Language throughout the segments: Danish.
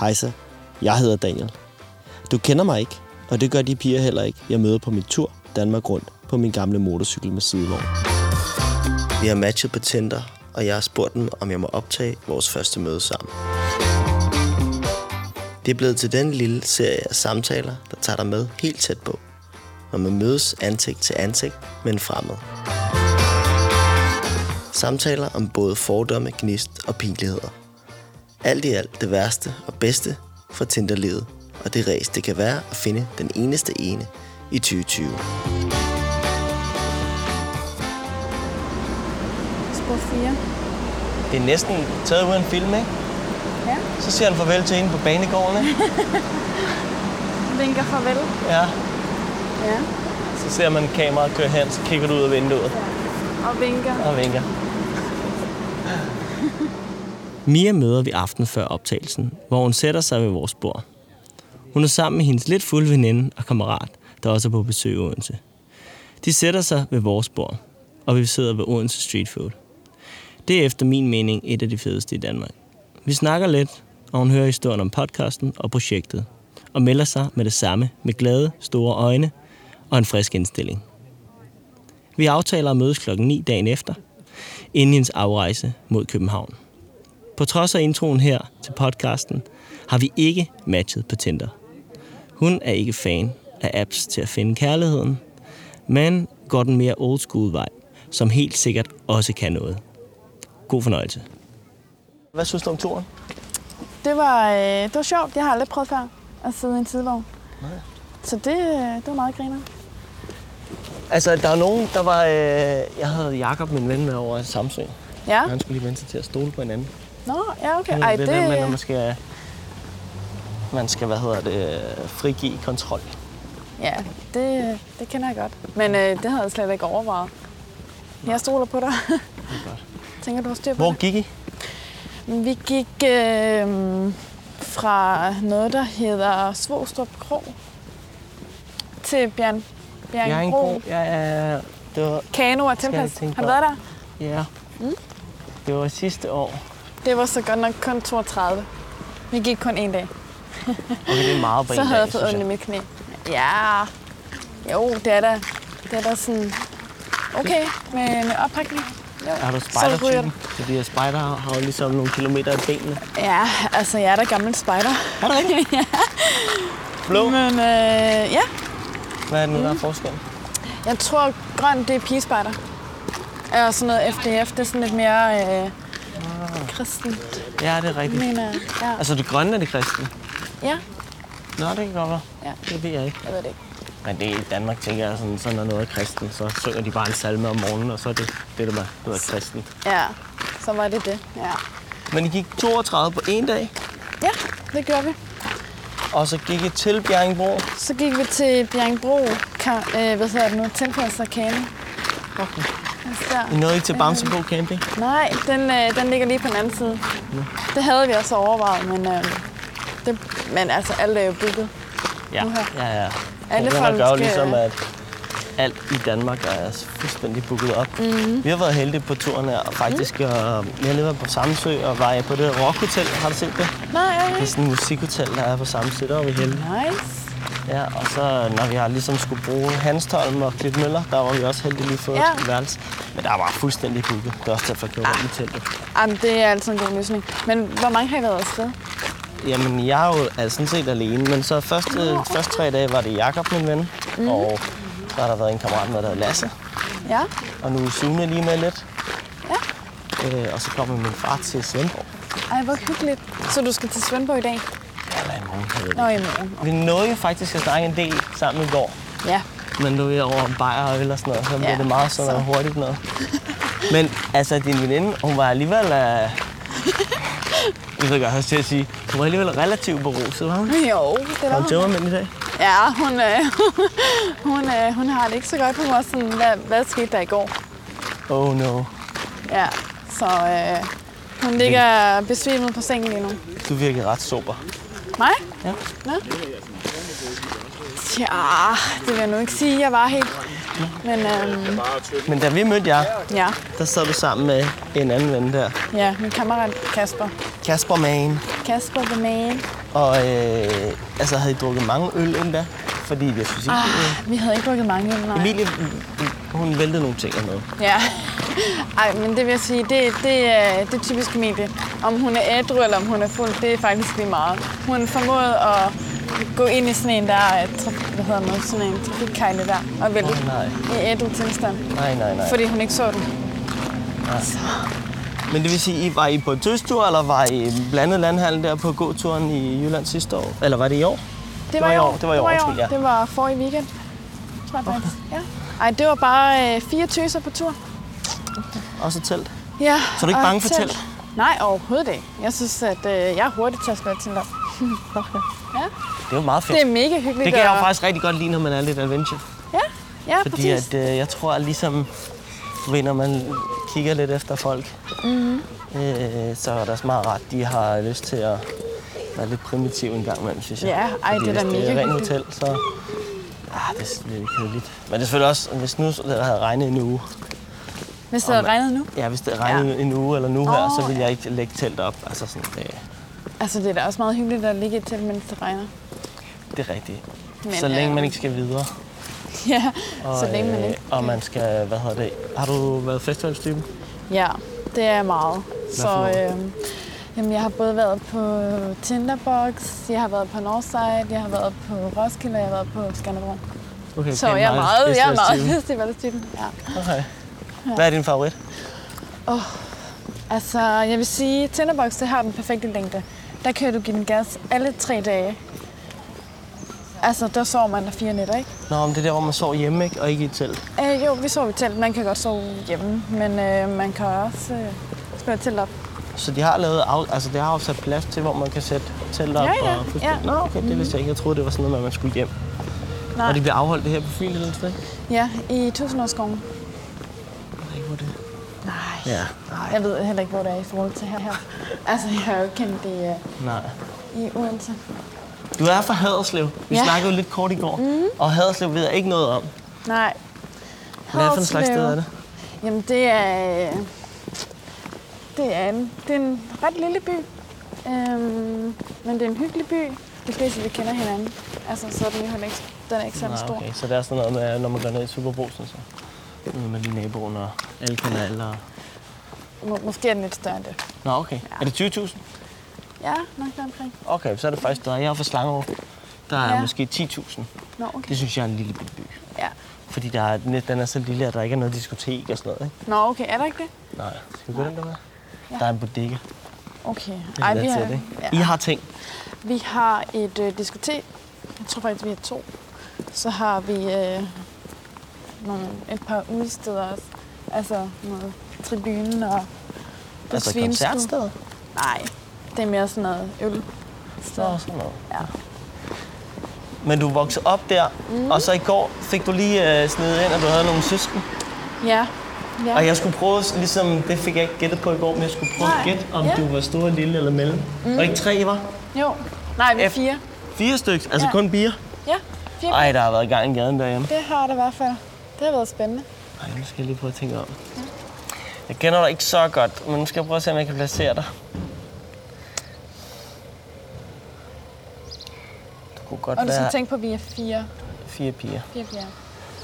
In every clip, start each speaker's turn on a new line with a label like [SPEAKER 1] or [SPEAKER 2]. [SPEAKER 1] Hejsa, jeg hedder Daniel. Du kender mig ikke, og det gør de piger heller ikke, jeg møder på min tur Danmark rundt på min gamle motorcykel med sidevogn. Vi har matchet på Tinder, og jeg har spurgt dem, om jeg må optage vores første møde sammen. Det er blevet til den lille serie af samtaler, der tager dig med helt tæt på. Når man mødes ansigt til ansigt med en fremmed. Samtaler om både fordomme, gnist og pinligheder. Alt i alt det værste og bedste fra Tinderlivet, og det ræs det kan være at finde den eneste ene i 2020.
[SPEAKER 2] Spor 4.
[SPEAKER 3] Det er næsten taget ud af en film, ikke?
[SPEAKER 2] Ja.
[SPEAKER 3] Så siger han farvel til hende på banegården, ikke?
[SPEAKER 2] Vinker farvel.
[SPEAKER 3] Ja.
[SPEAKER 2] Ja.
[SPEAKER 3] Så ser man kameraet køre hen, så kigger du ud af vinduet
[SPEAKER 2] Og vinker.
[SPEAKER 3] og vinker.
[SPEAKER 1] Mia møder vi aften før optagelsen, hvor hun sætter sig ved vores bord. Hun er sammen med hendes lidt fulde veninde og kammerat, der også er på besøg i Odense. De sætter sig ved vores bord, og vi sidder ved Odense Street Food. Det er efter min mening et af de fedeste i Danmark. Vi snakker lidt, og hun hører historien om podcasten og projektet, og melder sig med det samme med glade, store øjne og en frisk indstilling. Vi aftaler at mødes klokken 9 dagen efter, inden hendes afrejse mod København. På trods af introen her til podcasten, har vi ikke matchet på Tinder. Hun er ikke fan af apps til at finde kærligheden, men går den mere old school vej, som helt sikkert også kan noget. God fornøjelse.
[SPEAKER 3] Hvad synes du om turen?
[SPEAKER 2] Det var, øh, det var sjovt. Jeg har aldrig prøvet før at sidde i en sidevogn. Så det, øh, det var meget griner.
[SPEAKER 3] Altså, der er nogen, der var... Øh, jeg havde Jakob, min ven, med over i Samsø.
[SPEAKER 2] Ja.
[SPEAKER 3] Han skulle lige vente sig til at stole på hinanden.
[SPEAKER 2] Nå, ja, okay.
[SPEAKER 3] Det,
[SPEAKER 2] Ej,
[SPEAKER 3] det
[SPEAKER 2] det,
[SPEAKER 3] er det, man, man skal... Man skal, hvad hedder det, øh, frigive kontrol.
[SPEAKER 2] ja, det, det kender jeg godt. Men øh, det havde jeg slet ikke overvejet. Jeg stoler på dig. Tænker du har styr på
[SPEAKER 3] Hvor
[SPEAKER 2] det?
[SPEAKER 3] gik I?
[SPEAKER 2] Vi gik øh, fra noget, der hedder Svostrup Kro til Bjørn, Bjørn
[SPEAKER 3] Jeg er en
[SPEAKER 2] Bro.
[SPEAKER 3] bro. Jeg er... Det var...
[SPEAKER 2] Kano og
[SPEAKER 3] jeg
[SPEAKER 2] Tempest.
[SPEAKER 3] tænke
[SPEAKER 2] Har du
[SPEAKER 3] på.
[SPEAKER 2] været der?
[SPEAKER 3] Ja.
[SPEAKER 2] Mm.
[SPEAKER 3] Det var sidste år.
[SPEAKER 2] Det var så godt nok kun 32. Vi gik kun en dag.
[SPEAKER 3] Okay, det er meget på
[SPEAKER 2] så
[SPEAKER 3] en
[SPEAKER 2] havde
[SPEAKER 3] dag,
[SPEAKER 2] jeg fået
[SPEAKER 3] synes
[SPEAKER 2] ondt i mit knæ. Ja. Jo, det er da, det er da sådan okay med en oppakning. Jo.
[SPEAKER 3] Er du
[SPEAKER 2] Så ryger
[SPEAKER 3] spejdertypen? Fordi at spejder har jo ligesom nogle kilometer i benene.
[SPEAKER 2] Ja, altså jeg er da gammel spejder.
[SPEAKER 3] Er det rigtigt? Blå?
[SPEAKER 2] Men øh, ja,
[SPEAKER 3] Hvad er det nu,
[SPEAKER 2] Mhm.
[SPEAKER 3] der er forskel?
[SPEAKER 2] jeg tror grøn det er pigespejder. Og sådan noget FDF, det er sådan lidt mere øh, kristent,
[SPEAKER 3] Ja, det er rigtigt.
[SPEAKER 2] mener jeg. Ja.
[SPEAKER 3] Altså, det grønne er det kristne.
[SPEAKER 2] ja,
[SPEAKER 3] Nå, det kan godt være.
[SPEAKER 2] Ja.
[SPEAKER 3] Det ved jeg ikke.
[SPEAKER 2] jeg ved det ikke.
[SPEAKER 3] Men det er i Danmark, tænker jeg, sådan, så når noget er kristen, så synger de bare en salme om morgenen, og så er det det, der bare hedder kristen.
[SPEAKER 2] Ja, så var det det. Ja,
[SPEAKER 3] Men I gik 32 på en dag,
[SPEAKER 2] ja det gjorde vi.
[SPEAKER 3] og så gik I til Bjerringbro.
[SPEAKER 2] Så gik vi til Bjerringbro, ka- øh, hvad hedder det nu, Tempest og Kano.
[SPEAKER 3] Okay.
[SPEAKER 2] Altså der.
[SPEAKER 3] I nåede ikke til Bamsebo Camping.
[SPEAKER 2] Nej, den, øh, den ligger lige på den anden side. Det havde vi også overvejet, men, øh, det, men altså, alt er jo bygget.
[SPEAKER 3] Ja,
[SPEAKER 2] Uha.
[SPEAKER 3] ja, ja.
[SPEAKER 2] Alle
[SPEAKER 3] Corona
[SPEAKER 2] folk
[SPEAKER 3] gør jo
[SPEAKER 2] skal-
[SPEAKER 3] ligesom, at alt i Danmark er fuldstændig booket op.
[SPEAKER 2] Mhm.
[SPEAKER 3] Mm-hmm. Vi har været heldige på turen her, og faktisk, mm. og jeg har lige været på Samsø og var på det rockhotel. Har du set det?
[SPEAKER 2] Nej, ja,
[SPEAKER 3] Det er sådan et musikhotel, der er på Samsø, der var vi heldige.
[SPEAKER 2] Nice.
[SPEAKER 3] Ja, og så når vi har ligesom skulle bruge Hanstholm og Klitmøller, Møller, der var vi også heldige lige fået
[SPEAKER 2] Ja.
[SPEAKER 3] ja. et værelse. Men der var fuldstændig booket. Det var også derfor, at jeg rundt i teltet.
[SPEAKER 2] Jamen, det er altså en god løsning. Men hvor mange har I været afsted?
[SPEAKER 3] Jamen, jeg er jo altså, sådan set alene, men så første, første tre dage var det Jakob min ven,
[SPEAKER 2] Mhm.
[SPEAKER 3] mm. og så har der været en kammerat med, der hedder Lasse,
[SPEAKER 2] Ja?
[SPEAKER 3] og nu er Sune lige med lidt. Ja. Øh, og så kommer min far til Svendborg.
[SPEAKER 2] Ej, hvor hyggeligt. Så du skal til Svendborg i dag?
[SPEAKER 3] Eller i morgen, jeg ved det
[SPEAKER 2] Nå, i morgen.
[SPEAKER 3] ikke. Vi nåede jo faktisk at snakke en del sammen i går,
[SPEAKER 2] Ja.
[SPEAKER 3] men nu er jeg over en bajer og øl og sådan noget, så bliver
[SPEAKER 2] Ja,
[SPEAKER 3] det meget sådan noget
[SPEAKER 2] så.
[SPEAKER 3] hurtigt noget. Men altså, din veninde, hun var alligevel... Øh... Jeg ved godt, jeg til at sige, hun var alligevel relativt beruset, var hun?
[SPEAKER 2] Jo, det var
[SPEAKER 3] Kom til
[SPEAKER 2] hun.
[SPEAKER 3] mig i dag.
[SPEAKER 2] Ja, hun, øh, hun, øh, hun har det ikke så godt. Hun var sådan, hvad, hvad skete der i går?
[SPEAKER 3] Oh no.
[SPEAKER 2] Ja, så øh, hun ligger besvimet på sengen lige nu.
[SPEAKER 3] Du virkede ret sober.
[SPEAKER 2] Mig?
[SPEAKER 3] Ja.
[SPEAKER 2] Nå? Tja, det vil jeg nu ikke sige, jeg var helt. Men øhm,
[SPEAKER 3] Men da vi mødte jer,
[SPEAKER 2] ja,
[SPEAKER 3] der sad du sammen med en anden ven der.
[SPEAKER 2] ja, min kammerat Kasper.
[SPEAKER 3] Kasper Magen.
[SPEAKER 2] Kasper the man.
[SPEAKER 3] Og øh, altså, havde I drukket mange øl endda? Fordi jeg synes ikke... Ah.
[SPEAKER 2] Vi havde ikke drukket mange øl, nej.
[SPEAKER 3] Emilie, hun væltede nogle ting med.
[SPEAKER 2] Ja. Ej, men det vil jeg sige, det, det, er, det er typisk Emilie. Om hun er ædru eller om hun er fuld, det er faktisk lige meget. Hun formåede at gå ind i sådan en der, øh, traf, hvad hedder noget, sådan en trafikkejle der, og vælte
[SPEAKER 3] Åh, nej.
[SPEAKER 2] i ædru tilstand,
[SPEAKER 3] Nej, nej, nej.
[SPEAKER 2] fordi hun ikke så den.
[SPEAKER 3] Men det vil sige, I var I på en tøstur, eller var I blandet landhandel der på gåturen i Jylland sidste år? Eller var det i år?
[SPEAKER 2] Det var i år.
[SPEAKER 3] Det var i år, undskyld, ja.
[SPEAKER 2] Det var forrige weekend. Tror jeg faktisk. Ja. Ej, det var bare øh, fire tøser på tur.
[SPEAKER 3] Også telt?
[SPEAKER 2] Ja,
[SPEAKER 3] Så er du ikke
[SPEAKER 2] og
[SPEAKER 3] bange for telt?
[SPEAKER 2] Nej, overhovedet ikke. Jeg synes, at øh, jeg er hurtigt til at slå et telt op. ja.
[SPEAKER 3] Det var meget fedt.
[SPEAKER 2] Det er mega hyggeligt.
[SPEAKER 3] det kan jeg
[SPEAKER 2] og-
[SPEAKER 3] jo faktisk rigtig godt lide, når man er lidt adventure.
[SPEAKER 2] Ja, ja
[SPEAKER 3] Fordi
[SPEAKER 2] præcis.
[SPEAKER 3] at, øh, jeg tror, at ligesom du ved, når man kigger lidt efter folk,
[SPEAKER 2] Mhm.
[SPEAKER 3] mm-hmm. øh, så er det også meget rart, de har lyst til at være lidt primitive en gang imellem, synes jeg.
[SPEAKER 2] Ja, ej,
[SPEAKER 3] Fordi
[SPEAKER 2] det er da
[SPEAKER 3] hvis det
[SPEAKER 2] mega
[SPEAKER 3] er rent
[SPEAKER 2] hyggeligt.
[SPEAKER 3] hotel, så ah, det er lidt kedeligt. Men det er selvfølgelig også, hvis nu det havde regnet en uge,
[SPEAKER 2] Hvis det havde regnet nu.
[SPEAKER 3] ja, hvis det havde regnet ja. en uge eller nu her,
[SPEAKER 2] Åh,
[SPEAKER 3] så ville jeg ikke lægge telt op. Altså sådan, det,
[SPEAKER 2] Altså, det er da også meget hyggeligt at ligge i et telt, mens det regner.
[SPEAKER 3] det er rigtigt.
[SPEAKER 2] Men,
[SPEAKER 3] Men, så længe
[SPEAKER 2] øh,
[SPEAKER 3] man ikke skal videre.
[SPEAKER 2] Ja, så længe man
[SPEAKER 3] øh,
[SPEAKER 2] ikke.
[SPEAKER 3] Og man skal, hvad hedder det, har du været festivalstypen?
[SPEAKER 2] Ja, det er meget.
[SPEAKER 3] for
[SPEAKER 2] Så
[SPEAKER 3] noget?
[SPEAKER 2] øh, jamen, jeg har både været på Tinderbox, jeg har været på Northside, jeg har været på Roskilde, og jeg har været på Skanderborg.
[SPEAKER 3] Okay,
[SPEAKER 2] Så
[SPEAKER 3] pænt
[SPEAKER 2] jeg er meget, jeg er meget
[SPEAKER 3] festivalstypen.
[SPEAKER 2] festivalstypen. Ja.
[SPEAKER 3] Okay. Hvad er din favorit?
[SPEAKER 2] Altså, jeg vil sige, Tinderbox, det har den perfekte længde. Der kan du give den gas alle tre dage. Altså, der sover man der fire nætter, ikke?
[SPEAKER 3] Nå, men det er der, hvor man sover hjemme, ikke? Og ikke i et telt.
[SPEAKER 2] Øh, jo, vi sover i telt. Man kan godt sove hjemme, men øh, man kan også øh, slå et telt op.
[SPEAKER 3] Så de har lavet af, altså, de har afsat plads til, hvor man kan sætte telt op
[SPEAKER 2] Ja, ja,
[SPEAKER 3] og
[SPEAKER 2] ja.
[SPEAKER 3] Nå, okay, det vidste jeg ikke. Jeg troede, det var sådan noget, med, at man skulle hjem.
[SPEAKER 2] Nej.
[SPEAKER 3] Og det bliver afholdt det her på Fyn et eller andet sted?
[SPEAKER 2] Ja, i Tusindårsskoven.
[SPEAKER 3] Nej, hvor er det?
[SPEAKER 2] Nej.
[SPEAKER 3] Ja.
[SPEAKER 2] Jeg ved heller ikke, hvor det er i forhold til her. her. Altså, jeg har jo ikke kendt det øh,
[SPEAKER 3] Nej.
[SPEAKER 2] i Odense.
[SPEAKER 3] Du er fra Haderslev. Vi
[SPEAKER 2] Ja. Mhm.
[SPEAKER 3] snakkede jo lidt kort i går. Mm. Og Haderslev ved jeg ikke noget om. Hvad
[SPEAKER 2] Nej.
[SPEAKER 3] er det for en slags sted er det?
[SPEAKER 2] Jamen, det er... øh, Det er en, det er en ret lille by. Øhm, men det er en hyggelig by. De fleste, vi kender hinanden. Altså, så er den jo heller ikke, den er ikke særlig
[SPEAKER 3] Nå,
[SPEAKER 2] stor.
[SPEAKER 3] okay. Så det er sådan noget med, når man går ned i Superbrugsen, så møder man lige naboen og alle kender alle. Og...
[SPEAKER 2] Må, måske er den lidt større end det.
[SPEAKER 3] Nå, okay. Ja. Er det 20.000?
[SPEAKER 2] Ja, nok der omkring.
[SPEAKER 3] Okay, så er det faktisk der. Jeg er fra Slangeå. Der er
[SPEAKER 2] Ja.
[SPEAKER 3] ja. måske 10.000.
[SPEAKER 2] Nå, okay.
[SPEAKER 3] Det synes jeg er en lille bitte by.
[SPEAKER 2] Ja.
[SPEAKER 3] Fordi der er, net- den er så lille, at der ikke er noget diskotek og sådan noget, ikke?
[SPEAKER 2] Nå, okay. Er der ikke det?
[SPEAKER 3] Nej. Skal vi gå den der med? Ja. Der er en bodega.
[SPEAKER 2] Okay.
[SPEAKER 3] Det er lidt tæt, ikke? Ja. I har ting.
[SPEAKER 2] Vi har et øh, diskotek. Jeg tror faktisk, vi har to. Så har vi øh, nogle, et par udsteder også. Altså noget tribunen og på
[SPEAKER 3] Altså
[SPEAKER 2] Svinested.
[SPEAKER 3] koncertstedet.
[SPEAKER 2] Nej, det er mere sådan noget øl.
[SPEAKER 3] Så
[SPEAKER 2] Så,
[SPEAKER 3] og sådan noget.
[SPEAKER 2] ja.
[SPEAKER 3] Men du voksede op der,
[SPEAKER 2] Mhm.
[SPEAKER 3] mm. og så i går fik du lige øh, snedet ind, at du havde nogle søsken.
[SPEAKER 2] Ja. ja.
[SPEAKER 3] Og jeg skulle prøve, ligesom, det fik jeg ikke gættet på i går, men jeg skulle prøve
[SPEAKER 2] Nej.
[SPEAKER 3] at gætte, om
[SPEAKER 2] Ja. Mhm.
[SPEAKER 3] du var stor, lille eller mellem. Mm. Og ikke tre, var?
[SPEAKER 2] Jo. Nej, vi er
[SPEAKER 3] F.
[SPEAKER 2] fire.
[SPEAKER 3] Fire stykker, altså
[SPEAKER 2] Ja.
[SPEAKER 3] ja. kun bier.
[SPEAKER 2] Ja, fire.
[SPEAKER 3] Ej, der har været gang i gaden derhjemme.
[SPEAKER 2] Det har det i hvert fald. Det har været spændende.
[SPEAKER 3] Ej, nu skal jeg lige prøve at tænke om. Jeg kender dig ikke så godt, men nu skal jeg prøve at se, om jeg kan placere dig. Du kunne godt
[SPEAKER 2] Og du skal
[SPEAKER 3] være
[SPEAKER 2] tænke på, at vi er fire.
[SPEAKER 3] fire piger.
[SPEAKER 2] Fire, fire.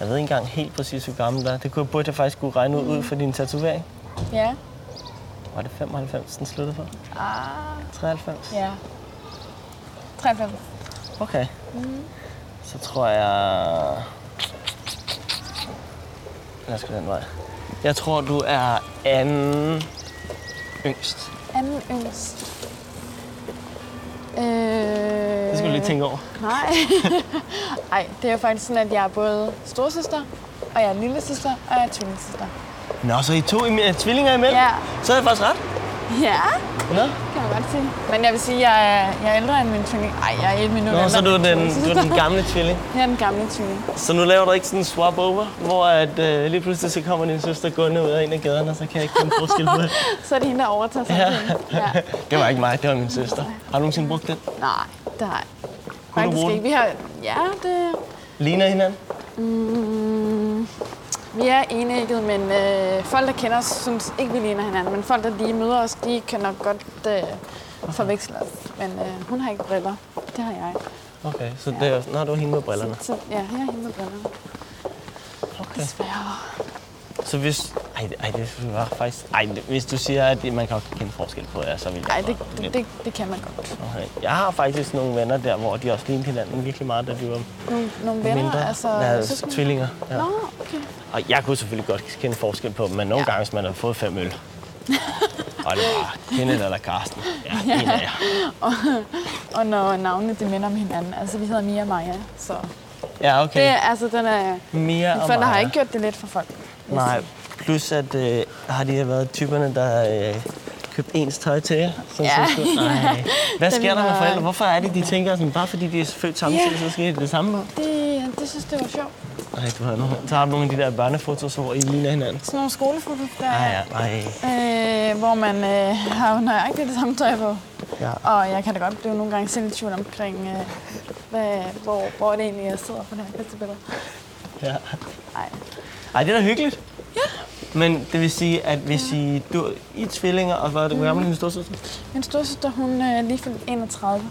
[SPEAKER 3] Jeg ved ikke engang helt præcis, hvor gammel du er. Det kunne, burde jeg faktisk kunne regne ud, ud fra din tatovering.
[SPEAKER 2] Ja.
[SPEAKER 3] Var det 95, den sluttede for?
[SPEAKER 2] Ah,
[SPEAKER 3] 93?
[SPEAKER 2] ja. 93.
[SPEAKER 3] Okay.
[SPEAKER 2] Mm.
[SPEAKER 3] Så tror jeg... Lad os gå den vej. Jeg tror, du er anden yngst.
[SPEAKER 2] Anden yngst. Øh,
[SPEAKER 3] Det skal du lige tænke over.
[SPEAKER 2] Nej. Ej, det er jo faktisk sådan, at jeg er både storsøster, og jeg er lillesøster, og jeg er tvillingesøster.
[SPEAKER 3] Nå, så I to i, tvillinger imellem?
[SPEAKER 2] Ja.
[SPEAKER 3] Så er jeg faktisk ret.
[SPEAKER 2] Ja,
[SPEAKER 3] Nå,
[SPEAKER 2] kan man godt sige. Men jeg vil sige, at jeg er, jeg er ældre end min tvilling. Ej, jeg er et minut
[SPEAKER 3] Nå
[SPEAKER 2] ældre
[SPEAKER 3] så
[SPEAKER 2] end
[SPEAKER 3] du er,
[SPEAKER 2] min
[SPEAKER 3] den, du
[SPEAKER 2] tvillingesøster.
[SPEAKER 3] er den gamle tvilling.
[SPEAKER 2] Jeg er den gamle tvilling.
[SPEAKER 3] Så nu laver du ikke sådan en swap over, hvor at, øh, lige pludselig så kommer din søster gående ud af en af gaderne, og så kan jeg ikke kende forskel på det.
[SPEAKER 2] Så er det hende, der overtager sig.
[SPEAKER 3] Ja.
[SPEAKER 2] ja.
[SPEAKER 3] Det var ikke mig, det var min søster. Har du nogensinde brugt den?
[SPEAKER 2] Nej, det har jeg.
[SPEAKER 3] Kunne du
[SPEAKER 2] Faktisk
[SPEAKER 3] bruge
[SPEAKER 2] ikke.
[SPEAKER 3] den?
[SPEAKER 2] Vi har... Ja, det...
[SPEAKER 3] Ligner hinanden?
[SPEAKER 2] Mm, vi er enægget, men øh, folk, der kender os, synes ikke, vi ligner hinanden. Men folk, der lige møder os, de kan nok godt øh, forveksler os. Men øh, hun har ikke briller. Det har jeg.
[SPEAKER 3] Okay, så det er, når du er hende med brillerne.
[SPEAKER 2] Så, så, ja, jeg har hende med briller. Okay. Desværre.
[SPEAKER 3] Så hvis... Ej, det- ej det var faktisk... Ej, det- hvis du siger, at det- man kan ikke kende forskel på jer, så vil jeg
[SPEAKER 2] Ej, det,
[SPEAKER 3] godt-
[SPEAKER 2] det, det, det kan man godt.
[SPEAKER 3] Okay. Jeg har faktisk nogle venner der, hvor de også lignede hinanden virkelig meget, da de var
[SPEAKER 2] Nogle, nogle venner,
[SPEAKER 3] mindre.
[SPEAKER 2] altså...
[SPEAKER 3] ja,
[SPEAKER 2] søskende?
[SPEAKER 3] tvillinger. Ja.
[SPEAKER 2] Nå, okay.
[SPEAKER 3] Og jeg kunne selvfølgelig godt kende forskel på dem, men nogle
[SPEAKER 2] Ja.
[SPEAKER 3] ja. gange, hvis man har fået fem øl, og det var Kenneth eller Karsten. Ja, en af jer.
[SPEAKER 2] Og når navnene, de minder om hinanden. Altså, vi hedder Mia og Maja, så...
[SPEAKER 3] Ja, okay.
[SPEAKER 2] Det er, altså, den er...
[SPEAKER 3] Mia
[SPEAKER 2] Mine
[SPEAKER 3] og
[SPEAKER 2] forældre har
[SPEAKER 3] Maja.
[SPEAKER 2] ikke gjort det let for folk. vil jeg
[SPEAKER 3] Nej,
[SPEAKER 2] sige.
[SPEAKER 3] plus at øh, har de her været typerne, der øh, købt ens tøj til jer? Så,
[SPEAKER 2] Ja.
[SPEAKER 3] så, så, nej. Hvad
[SPEAKER 2] Da vi
[SPEAKER 3] sker der med
[SPEAKER 2] var-
[SPEAKER 3] forældre? Hvorfor er det, de tænker sådan, bare fordi de er født samtidig, yeah. så sker det det samme?
[SPEAKER 2] Det, det synes det var sjovt.
[SPEAKER 3] Nej, du har nogle, tager nogle af de der børnefotos, hvor I ligner hinanden.
[SPEAKER 2] Sådan nogle skolefotos der,
[SPEAKER 3] Ej, ja, nej.
[SPEAKER 2] øh, hvor man øh, har jo nøjagtigt det samme tøj på.
[SPEAKER 3] Ja.
[SPEAKER 2] Og jeg kan da godt blive nogle gange selv i tvivl omkring, øh, hvad, hvor, hvor det egentlig er, jeg sidder på det her festival.
[SPEAKER 3] ja.
[SPEAKER 2] Nej,
[SPEAKER 3] Ej, det er da hyggeligt. Ja. Men det vil sige, at hvis I, du, I er tvillinger, og hvad er det, hvor gammel er din storsøster?
[SPEAKER 2] Min storsøster, hun er øh, lige fyldt 31.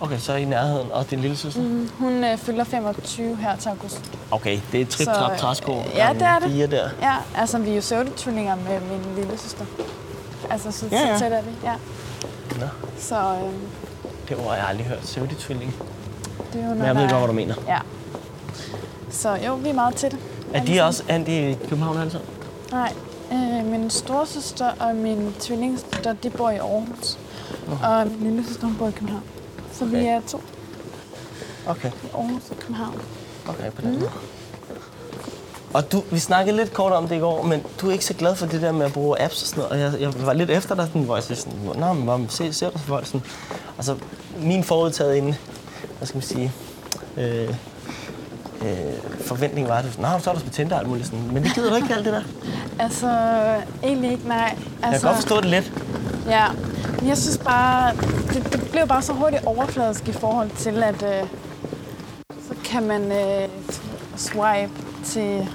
[SPEAKER 3] Okay, så er I i nærheden, og din lille søster? Mm.
[SPEAKER 2] Hun øh, fylder 25 her til august.
[SPEAKER 3] Okay, det er trip,
[SPEAKER 2] Så,
[SPEAKER 3] trap,
[SPEAKER 2] øh,
[SPEAKER 3] træsko.
[SPEAKER 2] ja, det er det.
[SPEAKER 3] Fire der.
[SPEAKER 2] Ja, altså vi er jo søvdetvillinger med min lille søster. Altså så
[SPEAKER 3] Ja,
[SPEAKER 2] ja,
[SPEAKER 3] ja.
[SPEAKER 2] ja. tæt er vi, ja.
[SPEAKER 3] Nå,
[SPEAKER 2] Så øh,
[SPEAKER 3] det ord har jeg aldrig hørt. Søvdig tvilling.
[SPEAKER 2] det er jo
[SPEAKER 3] Men jeg ved godt, hvad du mener.
[SPEAKER 2] Ja. Så jo, vi er meget tætte.
[SPEAKER 3] Er de også er de i København altså?
[SPEAKER 2] Nej, øh, min storsøster og min tvillingssøster, de bor i Aarhus. Og min lille søster, hun bor i København. Så okay. vi
[SPEAKER 3] Okay.
[SPEAKER 2] er to
[SPEAKER 3] Okay,
[SPEAKER 2] i Aarhus og København.
[SPEAKER 3] okay på den måde. Mm. Og du, vi snakkede lidt kort om det i går, men du er ikke så glad for det der med at bruge apps og sådan noget. Og jeg, jeg var lidt efter dig, sådan, hvor jeg sagde sådan, Nå, men hvor se, ser du så folk sådan. Altså, min forudtaget inde, hvad skal man sige, øh, øh, forventning var, at du sådan, Nå, så er du på Tinder og alt muligt sådan. Men det gider du ikke alt det der.
[SPEAKER 2] Altså, egentlig ikke, nej. Altså,
[SPEAKER 3] Jeg kan godt forstå det lidt.
[SPEAKER 2] Ja, men jeg synes bare, det, det blev bare så hurtigt overfladisk i forhold til, at øh, så kan man øh, swipe til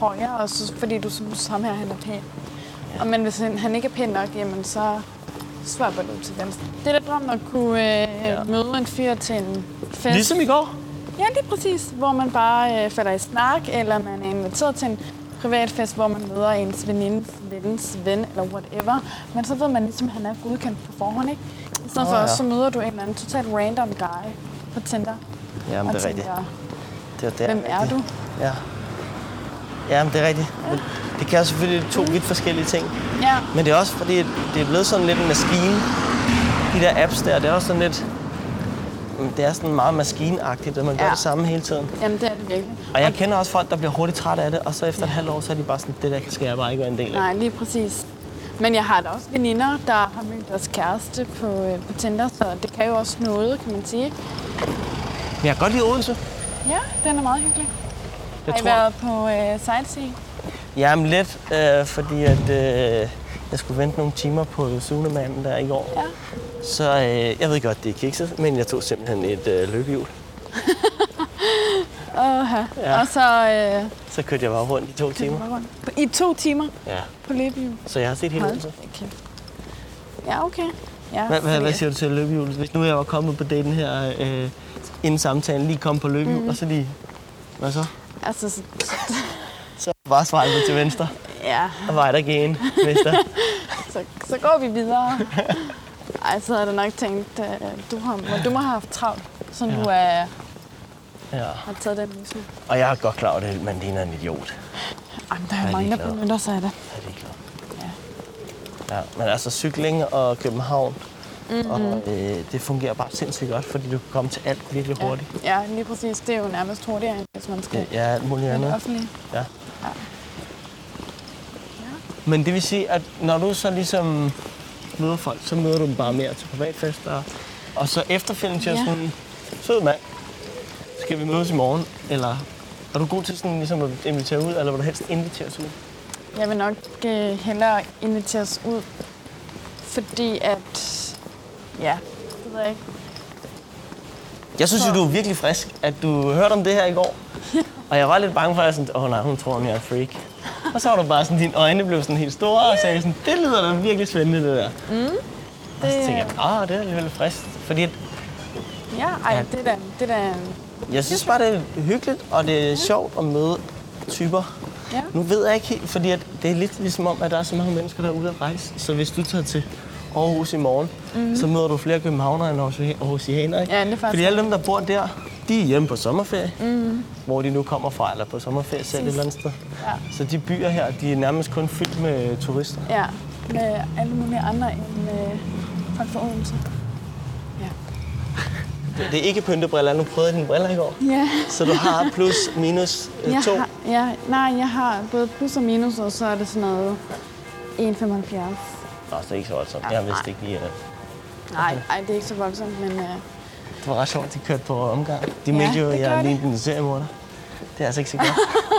[SPEAKER 2] højre, og så, fordi du synes, ham her han er pæn. Og men hvis han, han ikke er pæn nok, jamen så swiper du til venstre. Det er da drømmen at kunne øh,
[SPEAKER 3] Ja.
[SPEAKER 2] ja. møde en fyr til en fest.
[SPEAKER 3] Ligesom i går.
[SPEAKER 2] Ja, lige præcis. Hvor man bare øh, falder i snak, eller man er inviteret til en privat fest, hvor man møder ens venindes vens ven, eller whatever. Men så ved man ligesom, at han er godkendt på forhånd, ikke? I stedet
[SPEAKER 3] Åh,
[SPEAKER 2] oh, for,
[SPEAKER 3] ja.
[SPEAKER 2] ja. så møder du en eller anden totalt random guy på Tinder.
[SPEAKER 3] Jamen, det er
[SPEAKER 2] og
[SPEAKER 3] rigtigt.
[SPEAKER 2] tænker,
[SPEAKER 3] Det var der.
[SPEAKER 2] hvem er
[SPEAKER 3] det-
[SPEAKER 2] du?
[SPEAKER 3] Ja. Ja, men det er rigtigt. Men Det kan selvfølgelig to vidt forskellige ting.
[SPEAKER 2] Ja,
[SPEAKER 3] Men det er også fordi, at det er blevet sådan lidt en maskine. De der apps der, det er også sådan lidt... mm, Det er sådan meget maskinagtigt, at man ja. gør
[SPEAKER 2] Ja.
[SPEAKER 3] det samme hele tiden.
[SPEAKER 2] jamen det er det virkelig.
[SPEAKER 3] Og jeg kender også folk, der bliver hurtigt trætte af det, og så efter et halvt år, så er de bare sådan, det der skal jeg bare ikke være en del af.
[SPEAKER 2] Nej, lige præcis. Men jeg har da også veninder, der har mødt deres kæreste på, øh, på Tinder, så det kan jo også noget, kan man sige.
[SPEAKER 3] Men jeg kan godt lide Odense.
[SPEAKER 2] Ja, den er meget hyggelig.
[SPEAKER 3] Jeg
[SPEAKER 2] har I været på øh, sightseeing?
[SPEAKER 3] Jamen lidt, øh, fordi at, øh, jeg skulle vente nogle timer på Sunemanden der i går.
[SPEAKER 2] Ja.
[SPEAKER 3] Så øh, jeg ved godt, det er kikset, men jeg tog simpelthen et øh, løbehjul.
[SPEAKER 2] Åh,
[SPEAKER 3] Ja.
[SPEAKER 2] ja. Og så øh,
[SPEAKER 3] Så kørte jeg bare rundt i to timer.
[SPEAKER 2] I to timer
[SPEAKER 3] Ja.
[SPEAKER 2] på løbehjul.
[SPEAKER 3] Så jeg har set hele
[SPEAKER 2] Hold
[SPEAKER 3] Odense.
[SPEAKER 2] da kæft. Ja, okay. Ja,
[SPEAKER 3] Hvad, hvad,
[SPEAKER 2] fordi-
[SPEAKER 3] hvad siger du til løbehjulet? Hvis nu jeg var kommet på daten her, øh, inden samtalen, lige kom på løbehjul, mm-hmm. og så lige... Hvad så?
[SPEAKER 2] Altså, så-
[SPEAKER 3] Så bare svejlet til venstre,
[SPEAKER 2] ja,
[SPEAKER 3] og var der igen, mister.
[SPEAKER 2] så, så går vi videre. Ej, så havde jeg da nok tænkt, øh, du, har, må- du må have haft travlt, så
[SPEAKER 3] Ja.
[SPEAKER 2] du er,
[SPEAKER 3] Ja.
[SPEAKER 2] har taget den løsning.
[SPEAKER 3] Og jeg er godt klar over det, man ligner en idiot.
[SPEAKER 2] Ej, men der er
[SPEAKER 3] er
[SPEAKER 2] jo mange, der
[SPEAKER 3] ligeglad.
[SPEAKER 2] benytter sig af det.
[SPEAKER 3] Er det klart? Ja. ja. Men altså cykling og København, mm-hmm. og, øh, det fungerer bare sindssygt godt, fordi du kan komme til alt virkelig hurtigt.
[SPEAKER 2] Ja, lige præcis. Det er jo nærmest hurtigere, end hvis man skal
[SPEAKER 3] Ja, ja alt muligt
[SPEAKER 2] i det
[SPEAKER 3] andet.
[SPEAKER 2] offentlige.
[SPEAKER 3] Ja. Men det vil sige, at når du så ligesom møder folk, så møder du dem bare mere til privatfester. Og så efterfølgende til
[SPEAKER 2] Ja.
[SPEAKER 3] sådan, sød mand, skal vi mødes i morgen? Eller er du god til sådan ligesom at invitere ud, eller vil du helst invitere os ud?
[SPEAKER 2] Jeg vil nok øh, hellere inviteres ud, fordi at... Ja, det ved jeg ikke.
[SPEAKER 3] Jeg synes jo, du er virkelig frisk, at du hørte om det her i går. Og jeg var lidt bange for, at jeg sådan, åh oh, nej, hun tror, hun er en freak. Og så var du bare sådan, dine øjne blev sådan helt store, og sagde sådan, det lyder da virkelig spændende, det der. Mm. Og så
[SPEAKER 2] Det-
[SPEAKER 3] tænkte jeg, ah, det er alligevel frisk. Fordi at
[SPEAKER 2] Ja, ej, ja. det er da, det er da,
[SPEAKER 3] jeg synes bare, det er hyggeligt, og det er sjovt at møde typer.
[SPEAKER 2] ja.
[SPEAKER 3] Nu ved jeg ikke helt, fordi at det er lidt ligesom om, at der er så mange mennesker, der er ude at rejse. Så hvis du tager til Aarhus i morgen, mm-hmm. så møder du flere københavnere end aarhus- aarhusianere. Ikke?
[SPEAKER 2] Mhm. Ja, det er faktisk Mhm.
[SPEAKER 3] Fordi alle dem, der bor der, de er hjemme på sommerferie, mm-hmm. hvor de nu kommer fra, eller på sommerferie selv et eller andet sted.
[SPEAKER 2] Ja.
[SPEAKER 3] Så de byer her, de er nærmest kun fyldt med turister.
[SPEAKER 2] ja, med alle mulige andre end øh, folk fra Odense. Ja.
[SPEAKER 3] Det, det er ikke pyntebriller. Nu prøvede jeg dine briller i går.
[SPEAKER 2] Ja.
[SPEAKER 3] Så du har plus minus øh,
[SPEAKER 2] Jeg
[SPEAKER 3] to.
[SPEAKER 2] har, ja, nej, jeg har både plus og minus, og så er det sådan noget 1,75.
[SPEAKER 3] Nå, så er ikke så voldsomt.
[SPEAKER 2] Ja,
[SPEAKER 3] Jeg vidste
[SPEAKER 2] nej.
[SPEAKER 3] ikke lige, øh, at
[SPEAKER 2] Nej, ej, det er ikke så voldsomt, men øh,
[SPEAKER 3] det var ret sjovt, at de kørte på omgang. De mente jo,
[SPEAKER 2] det
[SPEAKER 3] at
[SPEAKER 2] gjorde
[SPEAKER 3] jeg
[SPEAKER 2] de.
[SPEAKER 3] lignede en seriemorder. Det er altså ikke så godt.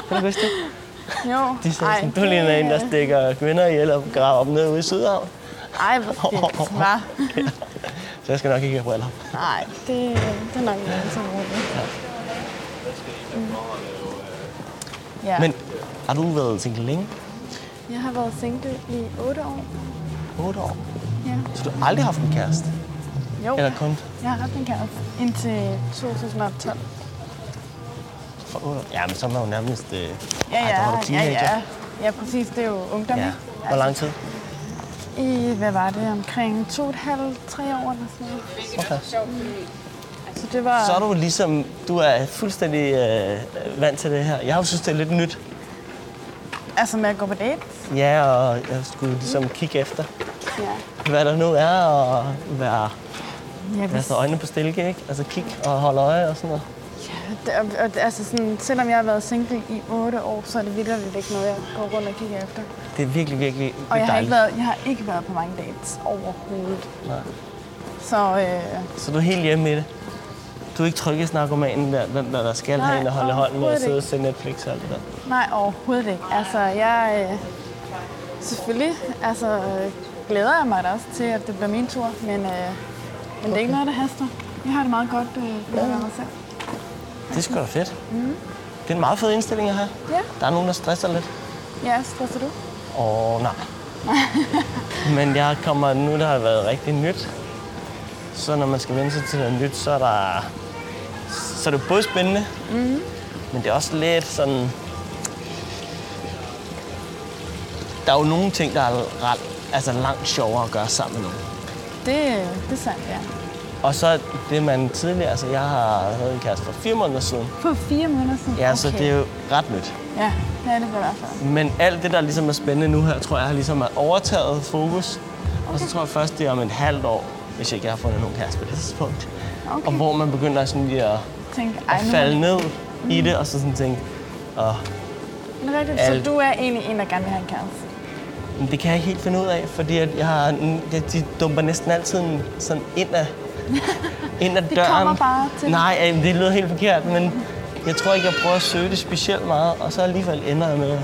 [SPEAKER 3] kan du huske det?
[SPEAKER 2] jo.
[SPEAKER 3] De sagde sådan,
[SPEAKER 2] ej,
[SPEAKER 3] du ligner
[SPEAKER 2] det-
[SPEAKER 3] en, der stikker kvinder ihjel og graver dem ned ude i Sydhavn.
[SPEAKER 2] øh, Ej, hvor fedt, hva'?
[SPEAKER 3] Så jeg skal nok ikke have briller.
[SPEAKER 2] Nej, det, det er nok ikke så roligt. Mm. Ja.
[SPEAKER 3] Men har du været single længe?
[SPEAKER 2] Jeg har været single i 8 år.
[SPEAKER 3] 8 år.
[SPEAKER 2] Ja.
[SPEAKER 3] Så du har aldrig haft en kæreste?
[SPEAKER 2] Jo,
[SPEAKER 3] Eller kun
[SPEAKER 2] jeg har haft en kæreste indtil 2012.
[SPEAKER 3] for 8 år? Jamen, så er man jo nærmest... Øh...
[SPEAKER 2] Ja,
[SPEAKER 3] Ej, der var
[SPEAKER 2] ja,
[SPEAKER 3] du
[SPEAKER 2] ja,
[SPEAKER 3] teenager.
[SPEAKER 2] ja. Ja, præcis. Det er jo ungdom,
[SPEAKER 3] Ja.
[SPEAKER 2] ikke? Altså,
[SPEAKER 3] Hvor lang tid?
[SPEAKER 2] I, hvad var det, omkring to og et halvt, tre år eller sådan noget.
[SPEAKER 3] Okay.
[SPEAKER 2] Så det var...
[SPEAKER 3] Så er du ligesom... Du er fuldstændig øh, vant til det her. Jeg har jo synes, det er lidt nyt.
[SPEAKER 2] Altså med at gå på dates.
[SPEAKER 3] Ja, og jeg skulle ligesom kigge efter,
[SPEAKER 2] Ja.
[SPEAKER 3] hvad der nu er, og være...
[SPEAKER 2] Jeg
[SPEAKER 3] Altså øjnene på stilke, ikke? Altså kig og holde øje og sådan noget.
[SPEAKER 2] Det, og, og, det- altså sådan, selvom jeg har været single i 8 år, så er det virkelig ikke noget, jeg går rundt og kigger efter.
[SPEAKER 3] Det er virkelig, virkelig
[SPEAKER 2] Og jeg har, ikke
[SPEAKER 3] dejligt.
[SPEAKER 2] været, jeg har ikke været på mange dates overhovedet.
[SPEAKER 3] Nej.
[SPEAKER 2] Så øh,
[SPEAKER 3] Så du er helt hjemme i det? Du er ikke tryggesnarkomanen, der, den der, der skal
[SPEAKER 2] Nej,
[SPEAKER 3] have en og holde hånden med og
[SPEAKER 2] overhovedet
[SPEAKER 3] sidde og
[SPEAKER 2] ikke.
[SPEAKER 3] se Netflix og alt det der?
[SPEAKER 2] nej, overhovedet ikke. Altså, jeg... Øh, selvfølgelig altså, øh, glæder jeg mig da også til, at det bliver min tur, men, øh, men det er ikke noget, der haster. Jeg har det meget godt øh, med mig selv.
[SPEAKER 3] Det er sgu da fedt. Mm. Det er en meget fed indstilling at have.
[SPEAKER 2] Altså. Ja.
[SPEAKER 3] Der er nogen, der stresser lidt.
[SPEAKER 2] Ja, stresser du?
[SPEAKER 3] Åh, nej. Men jeg kommer nu, der har været rigtig nyt. Så når man skal vende sig til noget nyt, så er der... Så er det både spændende, mm. men det er også lidt sådan... Der er jo nogle ting, der er ret- altså langt sjovere at gøre sammen med nogen.
[SPEAKER 2] Det, øh, det er sandt, ja.
[SPEAKER 3] Og så det, man tidligere... Altså, jeg har havde en kæreste for fire måneder siden.
[SPEAKER 2] For fire måneder siden?
[SPEAKER 3] Ja, okay. så det er jo ret nyt.
[SPEAKER 2] Ja, det er det i hvert fald.
[SPEAKER 3] Men alt det, der ligesom er spændende nu her, tror jeg, har ligesom er overtaget fokus. Okay. Og så tror jeg først, det er om et halvt år, hvis ikke jeg har fundet nogen kæreste på det tidspunkt.
[SPEAKER 2] Okay.
[SPEAKER 3] Og hvor man begynder sådan lige at,
[SPEAKER 2] tænke, ej,
[SPEAKER 3] at
[SPEAKER 2] nu
[SPEAKER 3] falde ned i det, og så sådan tænke, åh,
[SPEAKER 2] Men rigtigt,
[SPEAKER 3] Alt.
[SPEAKER 2] så du er egentlig en, der gerne vil have en kæreste?
[SPEAKER 3] men det kan jeg ikke helt finde ud af, fordi at jeg har, jeg- de dumper næsten altid en- sådan ind ad, ind ad
[SPEAKER 2] Det
[SPEAKER 3] døren.
[SPEAKER 2] kommer bare til.
[SPEAKER 3] Nej, øh, det lyder helt forkert, men jeg tror ikke, jeg prøver at søge det specielt meget, og så alligevel ender jeg med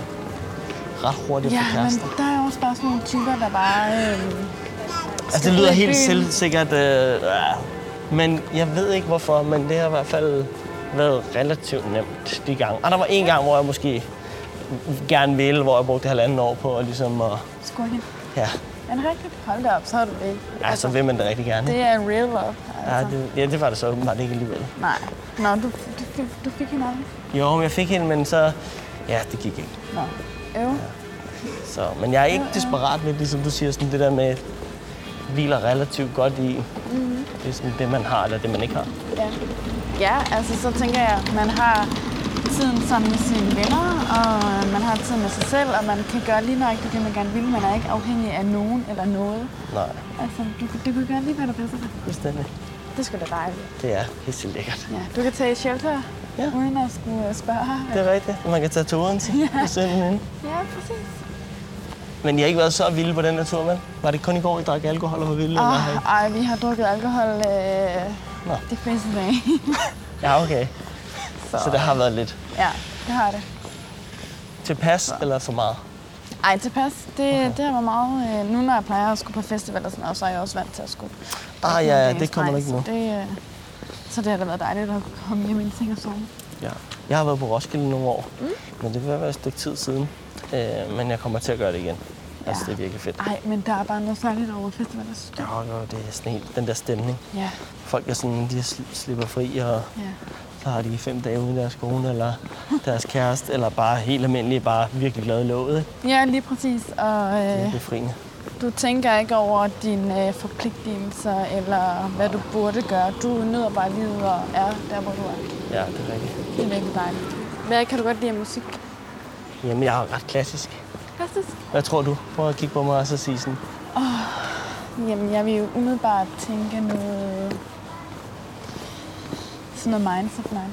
[SPEAKER 3] ret hurtigt at
[SPEAKER 2] Ja,
[SPEAKER 3] få
[SPEAKER 2] men
[SPEAKER 3] kærester.
[SPEAKER 2] der er også bare sådan nogle typer, der bare... Øh,
[SPEAKER 3] Altså, det lyder helt selvsikkert, øh, øh, men jeg ved ikke hvorfor, men det har i hvert fald været relativt nemt de gange. Og der var en gang, hvor jeg måske gerne ville, hvor jeg brugte halvanden år på at ligesom at,
[SPEAKER 2] Skur hende.
[SPEAKER 3] ja,
[SPEAKER 2] Er det rigtigt? Hold da op, så har du det ikke.
[SPEAKER 3] altså vil man det rigtig gerne.
[SPEAKER 2] Det
[SPEAKER 3] ikke?
[SPEAKER 2] er real love. Altså.
[SPEAKER 3] Ja, det, ja, det var det så åbenbart ikke alligevel.
[SPEAKER 2] Nej. Nå, du, du, fik, du fik hende aldrig.
[SPEAKER 3] Jo, men jeg fik hende, men så, ja, det gik ikke.
[SPEAKER 2] Nå. Øv.
[SPEAKER 3] Så, men jeg er ikke desperat lidt, ligesom du siger, sådan det der med, hviler relativt godt i, mm-hmm. det er sådan det, man har, eller det, man ikke har.
[SPEAKER 2] Ja. ja, altså så tænker jeg, at man har tiden sammen med sine venner, og man har tiden med sig selv, og man kan gøre lige nøjagtigt det, man gerne vil. Man er ikke afhængig af nogen eller noget.
[SPEAKER 3] Nej,
[SPEAKER 2] Altså, du, du kan gøre lige, hvad der passer dig.
[SPEAKER 3] fuldstændig.
[SPEAKER 2] Det er sgu da dejligt.
[SPEAKER 3] Det er helt lækkert.
[SPEAKER 2] Ja, du kan tage i shelter,
[SPEAKER 3] Ja.
[SPEAKER 2] ja. uden at skulle øh, spørge her.
[SPEAKER 3] Det er rigtigt. Man kan tage turen til ja. søndagen.
[SPEAKER 2] Ja, præcis.
[SPEAKER 3] Men I har ikke været så vilde på den her tur, vel? Var det kun i går, I drak alkohol og var vilde? eller
[SPEAKER 2] Åh,
[SPEAKER 3] hvad?
[SPEAKER 2] ej, vi har drukket alkohol øh,
[SPEAKER 3] Nå.
[SPEAKER 2] de fleste dage.
[SPEAKER 3] Ja, okay. Så. så det har været lidt
[SPEAKER 2] Ja, det har det.
[SPEAKER 3] tilpas eller for meget?
[SPEAKER 2] Ej, tilpas. Det, okay. det har været meget... Øh, nu når jeg plejer at skulle på festival og sådan noget, så er jeg også vant til at skulle.
[SPEAKER 3] Ah, ja, ja, det kommer du
[SPEAKER 2] Nej,
[SPEAKER 3] ikke nu.
[SPEAKER 2] Så det, øh, så det har da været dejligt at kunne komme hjem i en seng og sove.
[SPEAKER 3] Ja. Jeg har været på Roskilde nogle år, mm. men det vil være et stykke tid siden. Øh, men jeg kommer til at gøre det igen. Ja. Altså, det er virkelig fedt.
[SPEAKER 2] Ej, men der er bare noget særligt over festivaler. synes jeg.
[SPEAKER 3] Ja, jo, det er sådan helt, den der stemning.
[SPEAKER 2] Ja,
[SPEAKER 3] Folk er sådan, de sl- slipper fri, og
[SPEAKER 2] ja.
[SPEAKER 3] så har de fem dage uden deres kone, eller deres kæreste, eller bare helt almindelige, bare virkelig glade i låget. ikke?
[SPEAKER 2] Ja, lige præcis. Og
[SPEAKER 3] Det er
[SPEAKER 2] øh,
[SPEAKER 3] befriende.
[SPEAKER 2] du tænker ikke over dine øh, forpligtelser, eller hvad du burde gøre. Du nyder bare livet og er der, hvor du er.
[SPEAKER 3] Ja, det er rigtigt.
[SPEAKER 2] Det er virkelig dejligt. Hvad kan du godt lide af musik?
[SPEAKER 3] Jamen, jeg er ret klassisk.
[SPEAKER 2] Klassisk?
[SPEAKER 3] Hvad tror du? Prøv at kigge på mig og så sige sådan,
[SPEAKER 2] Jamen, jeg vil jo umiddelbart tænke noget... Sådan noget Minds of 99.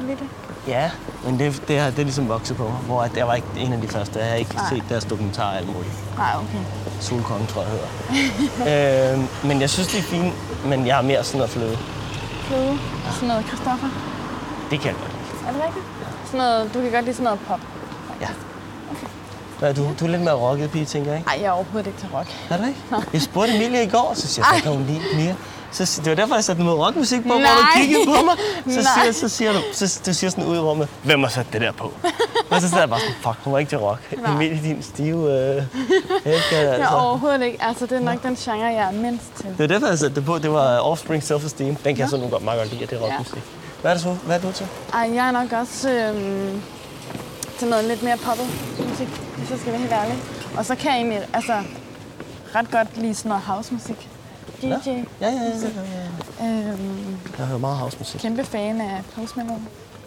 [SPEAKER 2] Lidt.
[SPEAKER 3] ja, men det, det, har, det er ligesom vokset på mig, hvor at jeg var ikke en af de første. Jeg har ikke
[SPEAKER 2] Nej.
[SPEAKER 3] set deres dokumentar og alt muligt.
[SPEAKER 2] Nej, okay.
[SPEAKER 3] Solkongen, tror jeg det hedder. øh, men jeg synes, det er fint, men jeg er mere sådan noget fløde.
[SPEAKER 2] Fløde. Sådan noget Christoffer.
[SPEAKER 3] Det kan jeg godt lide.
[SPEAKER 2] Er det rigtigt? Sådan noget, du kan godt lide sådan noget pop.
[SPEAKER 3] Ja. Hvad er du? Du er lidt mere rocket pige, tænker jeg, ikke?
[SPEAKER 2] Nej, jeg er overhovedet ikke til rock.
[SPEAKER 3] Er du ikke? Jeg spurgte Emilie i går, så siger jeg, hvad kan hun lide mere? Så, si- det var derfor, jeg satte noget rockmusik på, hvor du
[SPEAKER 2] Nej.
[SPEAKER 3] kiggede på mig. Så
[SPEAKER 2] Nej.
[SPEAKER 3] siger, så siger du, så, du siger sådan ud i rummet, hvem har sat det der på? Og så sidder jeg bare sådan, fuck, hun var ikke til rock.
[SPEAKER 2] Nej.
[SPEAKER 3] Emilie, din stive øh, headcat,
[SPEAKER 2] Jeg er
[SPEAKER 3] altså.
[SPEAKER 2] overhovedet ikke. Altså, det er nok den genre, jeg er mindst til.
[SPEAKER 3] Det var derfor, jeg satte det på. Det var Offspring Self-Esteem. Den kan jeg sådan nu godt meget godt lide, at det er
[SPEAKER 2] Ja.
[SPEAKER 3] rockmusik. Hvad er, det så? Hvad er du til?
[SPEAKER 2] Ej, jeg er nok også øhm, til noget lidt mere poppet musik, hvis jeg skal være helt ærlig. Og så kan jeg egentlig altså, ret godt lide sådan noget housemusik. DJ.
[SPEAKER 3] Nå. Ja, ja, ja. ja, ja.
[SPEAKER 2] Øhm,
[SPEAKER 3] Jeg hører meget housemusik.
[SPEAKER 2] kæmpe fan af Post Malone.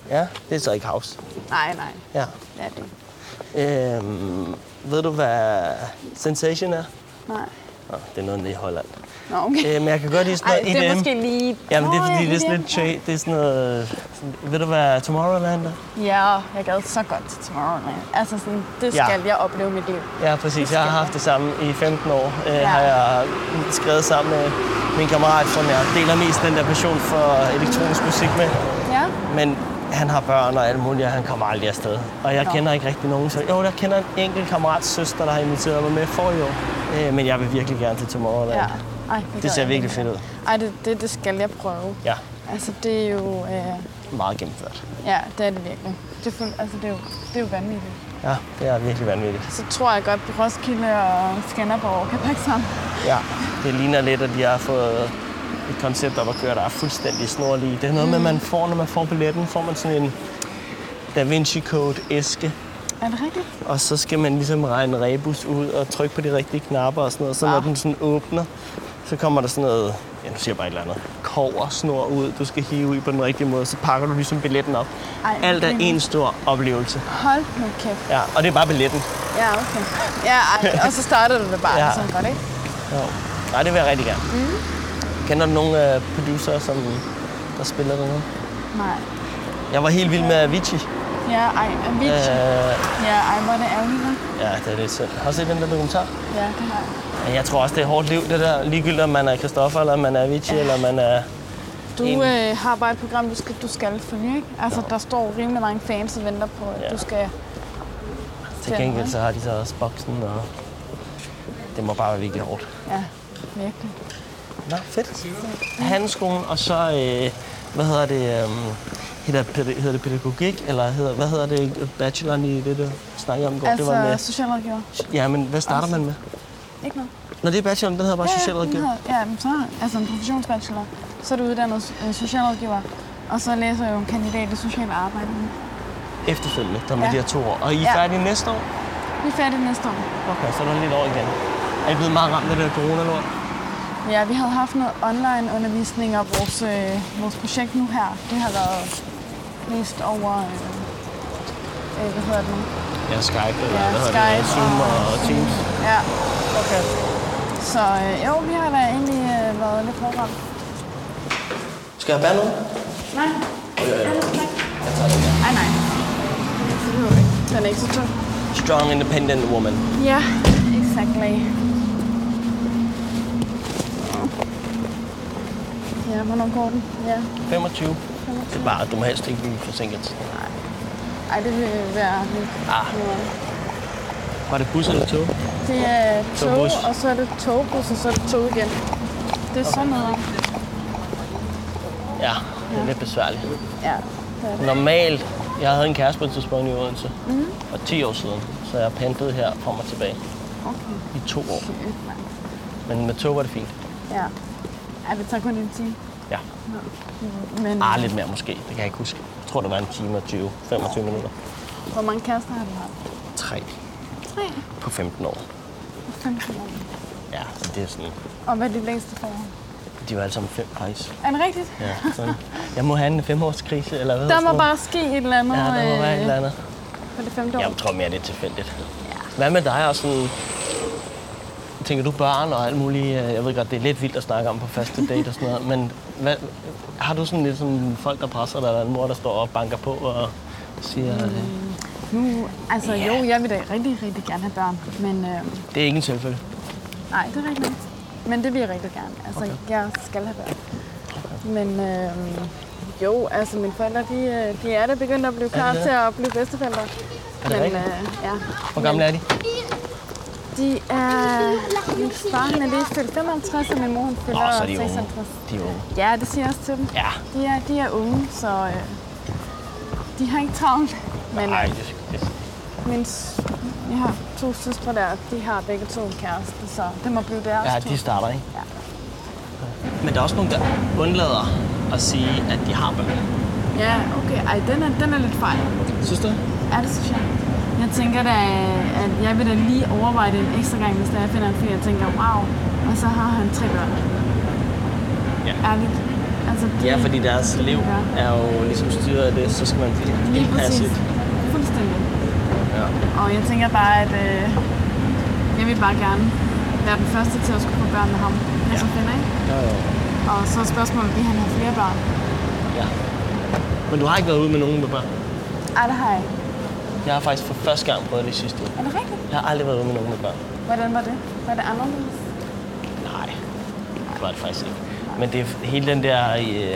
[SPEAKER 3] Ja, det er så ikke house.
[SPEAKER 2] Nej, nej.
[SPEAKER 3] Ja.
[SPEAKER 2] Det er det. ikke.
[SPEAKER 3] Øhm, ved du, hvad Sensation er?
[SPEAKER 2] Nej.
[SPEAKER 3] Nå, det er noget nede i Holland.
[SPEAKER 2] Nå, okay.
[SPEAKER 3] Øh, men jeg kan godt lide sådan
[SPEAKER 2] Ej,
[SPEAKER 3] noget
[SPEAKER 2] det er
[SPEAKER 3] EDM.
[SPEAKER 2] måske lige...
[SPEAKER 3] Jamen, det er
[SPEAKER 2] Nå, E
[SPEAKER 3] fordi, det er sådan
[SPEAKER 2] EDM.
[SPEAKER 3] lidt tra- Det er sådan noget... Sådan, ved du, hvad Tomorrowland er?
[SPEAKER 2] Ja, jeg gad så godt til Tomorrowland. Altså sådan, det
[SPEAKER 3] Ja.
[SPEAKER 2] skal jeg opleve i mit liv.
[SPEAKER 3] Ja, præcis. Jeg har haft det samme i 15 år. Øh,
[SPEAKER 2] Ja.
[SPEAKER 3] Har jeg skrevet sammen med min kammerat, som jeg deler mest den der passion for elektronisk musik med.
[SPEAKER 2] Ja?
[SPEAKER 3] Men han har børn og alt muligt, og han kommer aldrig afsted. Og jeg
[SPEAKER 2] Nå.
[SPEAKER 3] kender ikke rigtig nogen. Så jo, jeg kender en enkelt kammerats søster, der har inviteret mig med for i år. Øh, men jeg vil virkelig gerne til Tomorrowland.
[SPEAKER 2] Ja.
[SPEAKER 3] Ja.
[SPEAKER 2] Ej, det,
[SPEAKER 3] Det
[SPEAKER 2] gad
[SPEAKER 3] ser
[SPEAKER 2] jeg
[SPEAKER 3] virkelig
[SPEAKER 2] virkelig.
[SPEAKER 3] fedt ud.
[SPEAKER 2] Ej, det, det, det skal jeg prøve.
[SPEAKER 3] Ja,
[SPEAKER 2] Altså, det er jo... Øh,
[SPEAKER 3] meget gennemført.
[SPEAKER 2] Ja, det er det virkelig. Det er, fuld, altså, det er, jo, det er jo vanvittigt.
[SPEAKER 3] Ja, det er virkelig vanvittigt.
[SPEAKER 2] Så tror jeg godt, at Roskilde og Skanderborg kan pakke sammen.
[SPEAKER 3] Ja, det ligner lidt, at de har fået et koncept op at køre, der er fuldstændig snorlige. Det er noget mm. med, at man får, når man får billetten, får man sådan en Da Vinci Code-æske.
[SPEAKER 2] Er det rigtigt?
[SPEAKER 3] Og så skal man ligesom regne rebus ud og trykke på de rigtige knapper og sådan noget. Så når
[SPEAKER 2] Ah.
[SPEAKER 3] den sådan åbner, så kommer der sådan noget, ja nu siger jeg bare et eller andet, kover snor ud, du skal hive i på den rigtige måde, så pakker du ligesom billetten op.
[SPEAKER 2] Ej,
[SPEAKER 3] Alt er
[SPEAKER 2] det er
[SPEAKER 3] en stor oplevelse.
[SPEAKER 2] Hold nu kæft.
[SPEAKER 3] Ja, og det er bare billetten.
[SPEAKER 2] Ja, okay. Ja, ej, og så startede du det bare ja.
[SPEAKER 3] Ja.
[SPEAKER 2] sådan godt, ikke?
[SPEAKER 3] Jo. Nej, det vil jeg rigtig gerne. Mm. Kender du nogle øh, producer, som der spiller dernede?
[SPEAKER 2] Nej.
[SPEAKER 3] Jeg var helt vild med Avicii.
[SPEAKER 2] Ja, ej, er
[SPEAKER 3] Øh,
[SPEAKER 2] vildt. Ja, ej, hvor er det ærgerligt, hva'?
[SPEAKER 3] ja, det er lidt synd. Har du set den der dokumentar?
[SPEAKER 2] Ja, det har jeg.
[SPEAKER 3] Men Jeg tror også, det er hårdt liv, det der. Ligegyldigt om man er Christoffer, eller om man er Avicii, ja. eller om man er...
[SPEAKER 2] Du
[SPEAKER 3] Enig.
[SPEAKER 2] øh, har bare et program, du skal, du skal følge, ikke? Altså, der står rimelig mange fans og venter på, at
[SPEAKER 3] Ja.
[SPEAKER 2] du skal...
[SPEAKER 3] Til gengæld så har de så også boksen, og det må bare være virkelig hårdt.
[SPEAKER 2] Ja, virkelig.
[SPEAKER 3] Nå, fedt. Handelsskolen, og så, øh, hvad hedder det, øh, hedder, pæd- hedder det pædagogik, eller hedder, hvad hedder det, bacheloren i det, du snakkede om i går?
[SPEAKER 2] Altså,
[SPEAKER 3] det var med,
[SPEAKER 2] socialrådgiver.
[SPEAKER 3] ja, men hvad starter man med?
[SPEAKER 2] Ikke noget.
[SPEAKER 3] Når det er bacheloren, den hedder bare
[SPEAKER 2] Ja,
[SPEAKER 3] socialrådgiver.
[SPEAKER 2] Ja, den hedder- ja, men så altså en professionsbachelor. Så er du uddannet øh, socialrådgiver, og så læser jeg jo en kandidat i socialt arbejde. nu.
[SPEAKER 3] Efterfølgende, der med
[SPEAKER 2] Ja.
[SPEAKER 3] de her to år. Og I er
[SPEAKER 2] Ja.
[SPEAKER 3] færdige næste år?
[SPEAKER 2] Vi er færdige næste år.
[SPEAKER 3] Okay, så er der lidt over igen. Er I blevet meget ramt af det der coronalort?
[SPEAKER 2] Ja, vi havde haft noget online undervisning, og vores, øh, vores projekt nu her, det har været mest over, øh, øh, hvad hedder det nu?
[SPEAKER 3] Ja, Skype, eller
[SPEAKER 2] Ja,
[SPEAKER 3] hvad hedder det,
[SPEAKER 2] Skype
[SPEAKER 3] Zoom og,
[SPEAKER 2] og-
[SPEAKER 3] og Teams.
[SPEAKER 2] Ja,
[SPEAKER 3] Okay.
[SPEAKER 2] så øh, jo, vi har da egentlig øh, været lidt hårdt
[SPEAKER 3] Skal jeg bære noget?
[SPEAKER 2] Nej,
[SPEAKER 3] Jeg tager det
[SPEAKER 2] nej, nej. Det behøver vi ikke. Den er ikke så tung.
[SPEAKER 3] Strong independent woman.
[SPEAKER 2] Ja, exactly. Ja, hvornår går den? Ja.
[SPEAKER 3] 25. Det er bare, du må helst ikke blive forsinket.
[SPEAKER 2] Ej, det vil være lidt. øh,
[SPEAKER 3] Ah.
[SPEAKER 2] noget.
[SPEAKER 3] Var det bus eller tog?
[SPEAKER 2] Det er
[SPEAKER 3] Togbus.
[SPEAKER 2] tog, og så er det togbus, og så er det tog igen. Det er sådan noget.
[SPEAKER 3] Ja, det er lidt besværligt.
[SPEAKER 2] Ja. det er det.
[SPEAKER 3] Normalt,
[SPEAKER 2] Mhm.
[SPEAKER 3] jeg havde en kæreste på et tidspunkt i Odense. Mm. For 10 år siden, så jeg pendlede her frem og tilbage.
[SPEAKER 2] Okay.
[SPEAKER 3] i to år.
[SPEAKER 2] Shit, mand.
[SPEAKER 3] Men med tog var det fint.
[SPEAKER 2] Ja. Er det tager kun en time?
[SPEAKER 3] Ja.
[SPEAKER 2] Men
[SPEAKER 3] Ah, lidt mere måske. Det kan jeg ikke huske. Jeg tror, det var en time og 20, 25 minutter.
[SPEAKER 2] hvor mange kærester har du haft?
[SPEAKER 3] Tre
[SPEAKER 2] Tre.
[SPEAKER 3] på 15 år.
[SPEAKER 2] 15 år.
[SPEAKER 3] Ja, så det er sådan...
[SPEAKER 2] Og hvad er dit længste forhold?
[SPEAKER 3] De var alle sammen fem faktisk.
[SPEAKER 2] Er det rigtigt?
[SPEAKER 3] Ja, sådan. Jeg må have en femårskrise, eller hvad
[SPEAKER 2] Der
[SPEAKER 3] hedder
[SPEAKER 2] må
[SPEAKER 3] sådan noget?
[SPEAKER 2] bare ske et eller andet
[SPEAKER 3] Ja, der må være et eller andet.
[SPEAKER 2] øh, på det femte år.
[SPEAKER 3] Jeg tror mere, det er tilfældigt. Hvad med dig og sådan... Tænker du børn og alt muligt? øh, Jeg ved godt, det er lidt vildt at snakke om på første date og sådan noget, men hvad, har du sådan lidt sådan folk, der presser dig, eller en mor, der står og banker på og siger, mm.
[SPEAKER 2] Nu, altså
[SPEAKER 3] Ja.
[SPEAKER 2] yeah. jo, jeg vil da rigtig, rigtig gerne have børn, men øh,
[SPEAKER 3] det er ikke en selvfølge?
[SPEAKER 2] nej, det er rigtigt. Men det vil jeg rigtig gerne. Altså, okay. jeg skal have børn. Men øh, jo, altså mine forældre, de, øh, de er da begyndt at blive klar
[SPEAKER 3] det?
[SPEAKER 2] til at blive bedsteforældre.
[SPEAKER 3] Er det
[SPEAKER 2] men,
[SPEAKER 3] rigtigt?
[SPEAKER 2] øh, ja.
[SPEAKER 3] Hvor gamle er de?
[SPEAKER 2] De er... Min far, han er lige fyldt 55, og min mor, hun
[SPEAKER 3] Nå,
[SPEAKER 2] fylder
[SPEAKER 3] så er de unge.
[SPEAKER 2] 56.
[SPEAKER 3] De er unge.
[SPEAKER 2] Ja, det siger jeg også til dem.
[SPEAKER 3] Ja.
[SPEAKER 2] De er, de er unge, så øh, de har ikke travlt. Men øh,
[SPEAKER 3] Nej, det, det,
[SPEAKER 2] min, s- jeg har to søstre der, de har begge to en kæreste, så det må blive deres
[SPEAKER 3] ja,
[SPEAKER 2] tur.
[SPEAKER 3] de starter, ikke?
[SPEAKER 2] Ja.
[SPEAKER 3] Men der er også nogen, der undlader at sige, at de har børn.
[SPEAKER 2] Ja, okay. Ej, den er, den er lidt fejl.
[SPEAKER 3] Synes du?
[SPEAKER 2] Er det synes jeg? Jeg tænker da, at jeg vil da lige overveje det en ekstra gang, hvis der jeg finder en fyr, jeg tænker, wow, og så har han tre børn.
[SPEAKER 3] Ja.
[SPEAKER 2] Ærligt. Altså, det,
[SPEAKER 3] Ja, fordi deres liv
[SPEAKER 2] Ja.
[SPEAKER 3] er jo ligesom styret af det, så skal man
[SPEAKER 2] Lige
[SPEAKER 3] indpasse
[SPEAKER 2] præcis.
[SPEAKER 3] et-
[SPEAKER 2] Fuldstændig.
[SPEAKER 3] Ja.
[SPEAKER 2] Og jeg tænker bare, at øh, jeg vil bare gerne være den første til at skulle få børn med ham. Jeg ja. så finder ikke.
[SPEAKER 3] Ja, ja, ja.
[SPEAKER 2] Og så er spørgsmålet, vil han have flere børn?
[SPEAKER 3] Ja. Men du har ikke været ude med nogen med børn?
[SPEAKER 2] Ej, det har jeg ikke.
[SPEAKER 3] Jeg har faktisk for første gang prøvet det i sidste uge.
[SPEAKER 2] Er det rigtigt?
[SPEAKER 3] Jeg har aldrig været ude med nogen med børn.
[SPEAKER 2] Hvordan var det? Var det anderledes?
[SPEAKER 3] Nej, det var det faktisk ikke. Men det er hele den der... Øh,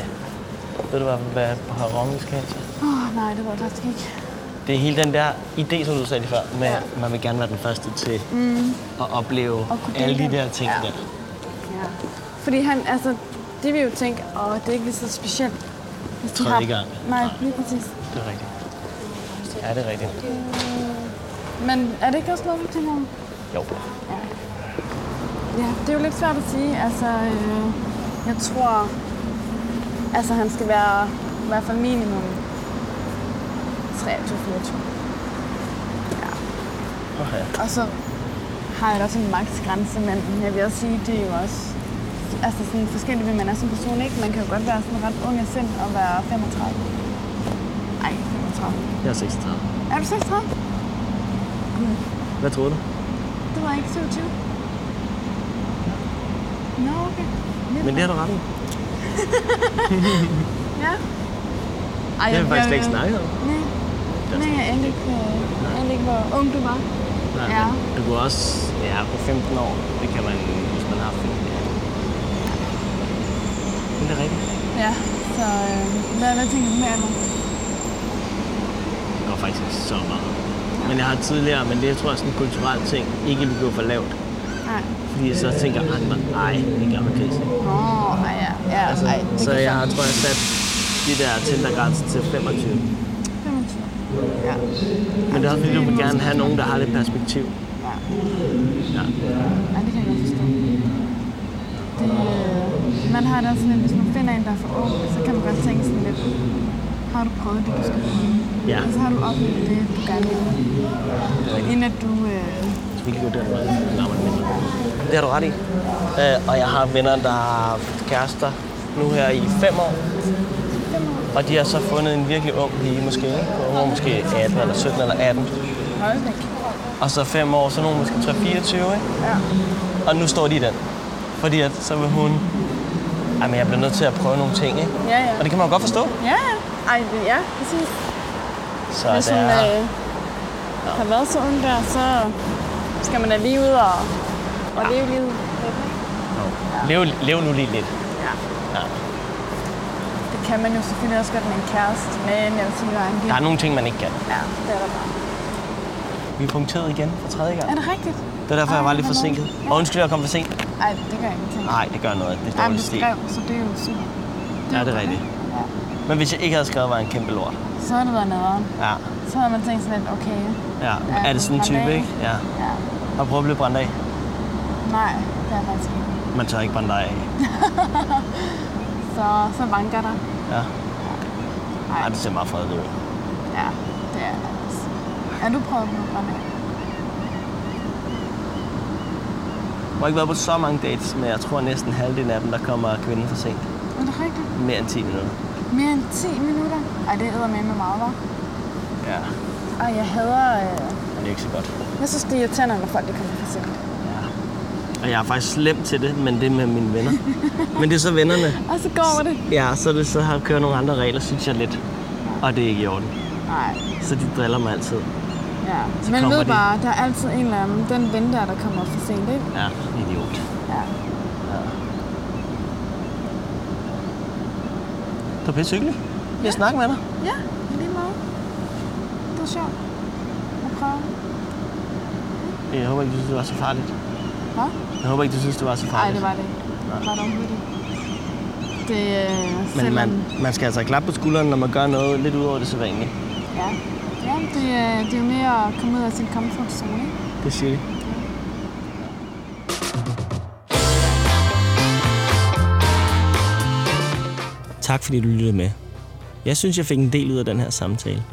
[SPEAKER 3] ved du, hvad, hvad perron vi skal hen til?
[SPEAKER 2] Åh, oh, nej, det var det faktisk ikke.
[SPEAKER 3] Det er hele den der idé, som du sagde lige før, med
[SPEAKER 2] Ja.
[SPEAKER 3] ja. man vil gerne være den første til mm. at opleve
[SPEAKER 2] Og kunne
[SPEAKER 3] alle de
[SPEAKER 2] dele
[SPEAKER 3] der
[SPEAKER 2] det.
[SPEAKER 3] ting
[SPEAKER 2] Ja.
[SPEAKER 3] der.
[SPEAKER 2] Ja. Fordi han, altså, de vil jo tænke, åh, det er ikke lige så specielt. Hvis de
[SPEAKER 3] Tredje gang.
[SPEAKER 2] Nej, lige præcis.
[SPEAKER 3] Det er rigtigt. Ja, det er rigtigt.
[SPEAKER 2] Men er det ikke også noget, du tænker om?
[SPEAKER 3] Jo.
[SPEAKER 2] Ja, det er jo lidt svært at sige. Altså, øh, jeg tror, altså han skal være i hvert fald minimum 23-24.
[SPEAKER 3] Okay.
[SPEAKER 2] Og så har jeg da også en maksgrænse, men jeg vil også sige, det er jo også altså sådan forskelligt, hvad man er som person, ikke? Man kan jo godt være sådan ret ung af sind og være 35. Ej, 35.
[SPEAKER 3] Jeg er 36.
[SPEAKER 2] Er du 36?
[SPEAKER 3] Hvad troede du?
[SPEAKER 2] Det var ikke 27. Nå, okay. Lidt
[SPEAKER 3] Men det har du ret i.
[SPEAKER 2] Ja. Ej,
[SPEAKER 3] Det har vi faktisk slet
[SPEAKER 2] jeg-
[SPEAKER 3] ikke snakket om.
[SPEAKER 2] Øhm, Nej. Nej, jeg anede ikke, øh, anede ikke, hvor ung du var.
[SPEAKER 3] Nej,
[SPEAKER 2] Ja.
[SPEAKER 3] men Du kunne også... Ja, på 15 år, det kan man, hvis man har 15 år. Men det er rigtigt.
[SPEAKER 2] Ja, så øh, hvad, hvad tænker du med alder?
[SPEAKER 3] Det var faktisk ikke så meget. Men jeg har tidligere, men det tror jeg er sådan en kulturel ting, ikke vil gå for lavt.
[SPEAKER 2] Nej.
[SPEAKER 3] Fordi så tænker andre, nej, det gør man ikke.
[SPEAKER 2] Nå, ej, ja. ja
[SPEAKER 3] Altså,
[SPEAKER 2] ej,
[SPEAKER 3] så
[SPEAKER 2] kan
[SPEAKER 3] jeg har, tror jeg, sat de der Tinder-grænser til 25.
[SPEAKER 2] sagtens være, man siger. Ja.
[SPEAKER 3] Men det er også fordi, du vil gerne have nogen, der har lidt perspektiv.
[SPEAKER 2] Ja.
[SPEAKER 3] Ja.
[SPEAKER 2] Ej, det kan jeg godt forstå. Det, øh, man har det også lidt, hvis man finder en, der er for ung, så kan man godt tænke sådan lidt, har du prøvet det, du skal prøve?
[SPEAKER 3] Ja.
[SPEAKER 2] Og så har du oplevet det, du gerne vil. Inden at du... Øh,
[SPEAKER 3] Vi kan gå den vej. Nej, men mindre. Det har du ret i. Øh, og jeg har venner, der har haft kærester nu her i fem år. Og de har så fundet en virkelig ung pige, måske. ikke? Hun var måske 18 eller 17 eller 18.
[SPEAKER 2] Hold da kæft.
[SPEAKER 3] Og så fem år, så er nogen måske 3-24, ikke?
[SPEAKER 2] Ja.
[SPEAKER 3] Og nu står de i den. Fordi at så vil hun... Ej, men jeg bliver nødt til at prøve nogle ting, ikke?
[SPEAKER 2] Ja, ja.
[SPEAKER 3] Og det kan man jo godt forstå.
[SPEAKER 2] Ja, ja. Ej, det- ja, præcis.
[SPEAKER 3] Så
[SPEAKER 2] Hvis
[SPEAKER 3] det
[SPEAKER 2] hun
[SPEAKER 3] er...
[SPEAKER 2] øh, har været så ung der, så skal man da lige ud og, og leve livet. lidt, ikke? øh,
[SPEAKER 3] Lev, lev nu lige lidt.
[SPEAKER 2] Ja.
[SPEAKER 3] Ja.
[SPEAKER 2] Det kan man jo selvfølgelig også godt med en kæreste, men jeg vil sige, der er en
[SPEAKER 3] Der
[SPEAKER 2] lille...
[SPEAKER 3] er nogle ting, man ikke kan.
[SPEAKER 2] Ja, det er der bare.
[SPEAKER 3] Vi er punkteret igen for tredje gang.
[SPEAKER 2] Er det rigtigt?
[SPEAKER 3] Det var derfor, jeg var lidt
[SPEAKER 2] Ej, hvor
[SPEAKER 3] forsinket.
[SPEAKER 2] dårligt.
[SPEAKER 3] Og undskyld, jeg kom for sent.
[SPEAKER 2] Ej, det gør jeg ikke.
[SPEAKER 3] Nej, det gør noget. Det er
[SPEAKER 2] Ej, men
[SPEAKER 3] dårligt
[SPEAKER 2] du
[SPEAKER 3] stil.
[SPEAKER 2] skrev, så det er jo super.
[SPEAKER 3] Ja, det er rigtigt.
[SPEAKER 2] Ja.
[SPEAKER 3] Men hvis jeg ikke havde skrevet, var jeg en kæmpe lort.
[SPEAKER 2] Så har det været nederen.
[SPEAKER 3] Ja.
[SPEAKER 2] Så havde man tænkt sådan lidt, okay.
[SPEAKER 3] ja.
[SPEAKER 2] Ja,
[SPEAKER 3] Er det sådan en
[SPEAKER 2] han er
[SPEAKER 3] type,
[SPEAKER 2] ikke-
[SPEAKER 3] ikke? Ja.
[SPEAKER 2] Ja.
[SPEAKER 3] Har du prøvet at blive brændt af?
[SPEAKER 2] Nej, det er jeg faktisk ikke.
[SPEAKER 3] Man tør ikke brænde dig af.
[SPEAKER 2] Så, så vanker der.
[SPEAKER 3] Ja.
[SPEAKER 2] Nej,
[SPEAKER 3] Ej, det ser meget fredeligt ud.
[SPEAKER 2] ja, det er jeg også. Er du prøvet at blive af?
[SPEAKER 3] Jeg har ikke været på så mange dates, men jeg tror næsten halvdelen af dem, der kommer kvinden for sent.
[SPEAKER 2] Er det rigtigt?
[SPEAKER 3] Mere end 10 minutter.
[SPEAKER 2] Mere end 10 minutter? Ej, det æder med med meget, var.
[SPEAKER 3] Ja,
[SPEAKER 2] Ej, jeg hader... Øh...
[SPEAKER 3] men det er ikke så godt.
[SPEAKER 2] Jeg synes, det er irriterende, når folk de kommer for sent.
[SPEAKER 3] Ja. Og jeg er faktisk slem til det, men det er med mine venner. men det er så vennerne.
[SPEAKER 2] Og så går det.
[SPEAKER 3] Ja, så, er det, så har kører nogle andre regler, synes jeg lidt. Og det er ikke i orden.
[SPEAKER 2] Nej,
[SPEAKER 3] Så de driller mig altid.
[SPEAKER 2] ja.
[SPEAKER 3] Så
[SPEAKER 2] Men
[SPEAKER 3] kommer
[SPEAKER 2] ved
[SPEAKER 3] de.
[SPEAKER 2] bare, der er altid en eller anden, den ven der, der kommer for sent, ikke?
[SPEAKER 3] Ja, idiot.
[SPEAKER 2] Ja.
[SPEAKER 3] Det var pisse hyggeligt. Jeg snakker med dig.
[SPEAKER 2] Ja, i lige meget. Det var sjovt. Jeg prøver.
[SPEAKER 3] Jeg håber ikke, du synes, det var så farligt.
[SPEAKER 2] Hva?
[SPEAKER 3] Jeg håber ikke, du synes, det var så farligt.
[SPEAKER 2] Nej, det var det ikke. Det var det overhovedet ikke. Det øh,
[SPEAKER 3] Men
[SPEAKER 2] selvom-
[SPEAKER 3] man, man skal altså klappe på skulderen, når man gør noget lidt ud over det sædvanlige.
[SPEAKER 2] Ja. ja det, øh, det er jo mere at komme ud af sin comfort zone, ikke?
[SPEAKER 3] Det siger de.
[SPEAKER 1] Tak fordi du lyttede med. Jeg synes, jeg fik en del ud af den her samtale.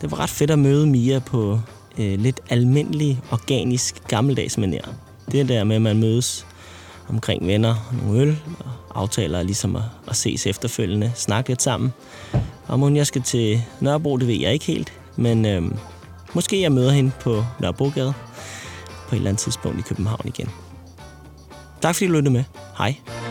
[SPEAKER 1] Det var ret fedt at møde Mia på øh, lidt almindelig, organisk, gammeldags manér. Det der med, at man mødes omkring venner og nogle øl, og aftaler ligesom at, at ses efterfølgende, snakke lidt sammen. Om hun jeg skal til Nørrebro, det ved jeg ikke helt, men øh, måske jeg møder hende på Nørrebrogade på et eller andet tidspunkt i København igen. Tak fordi du lyttede med. Hej.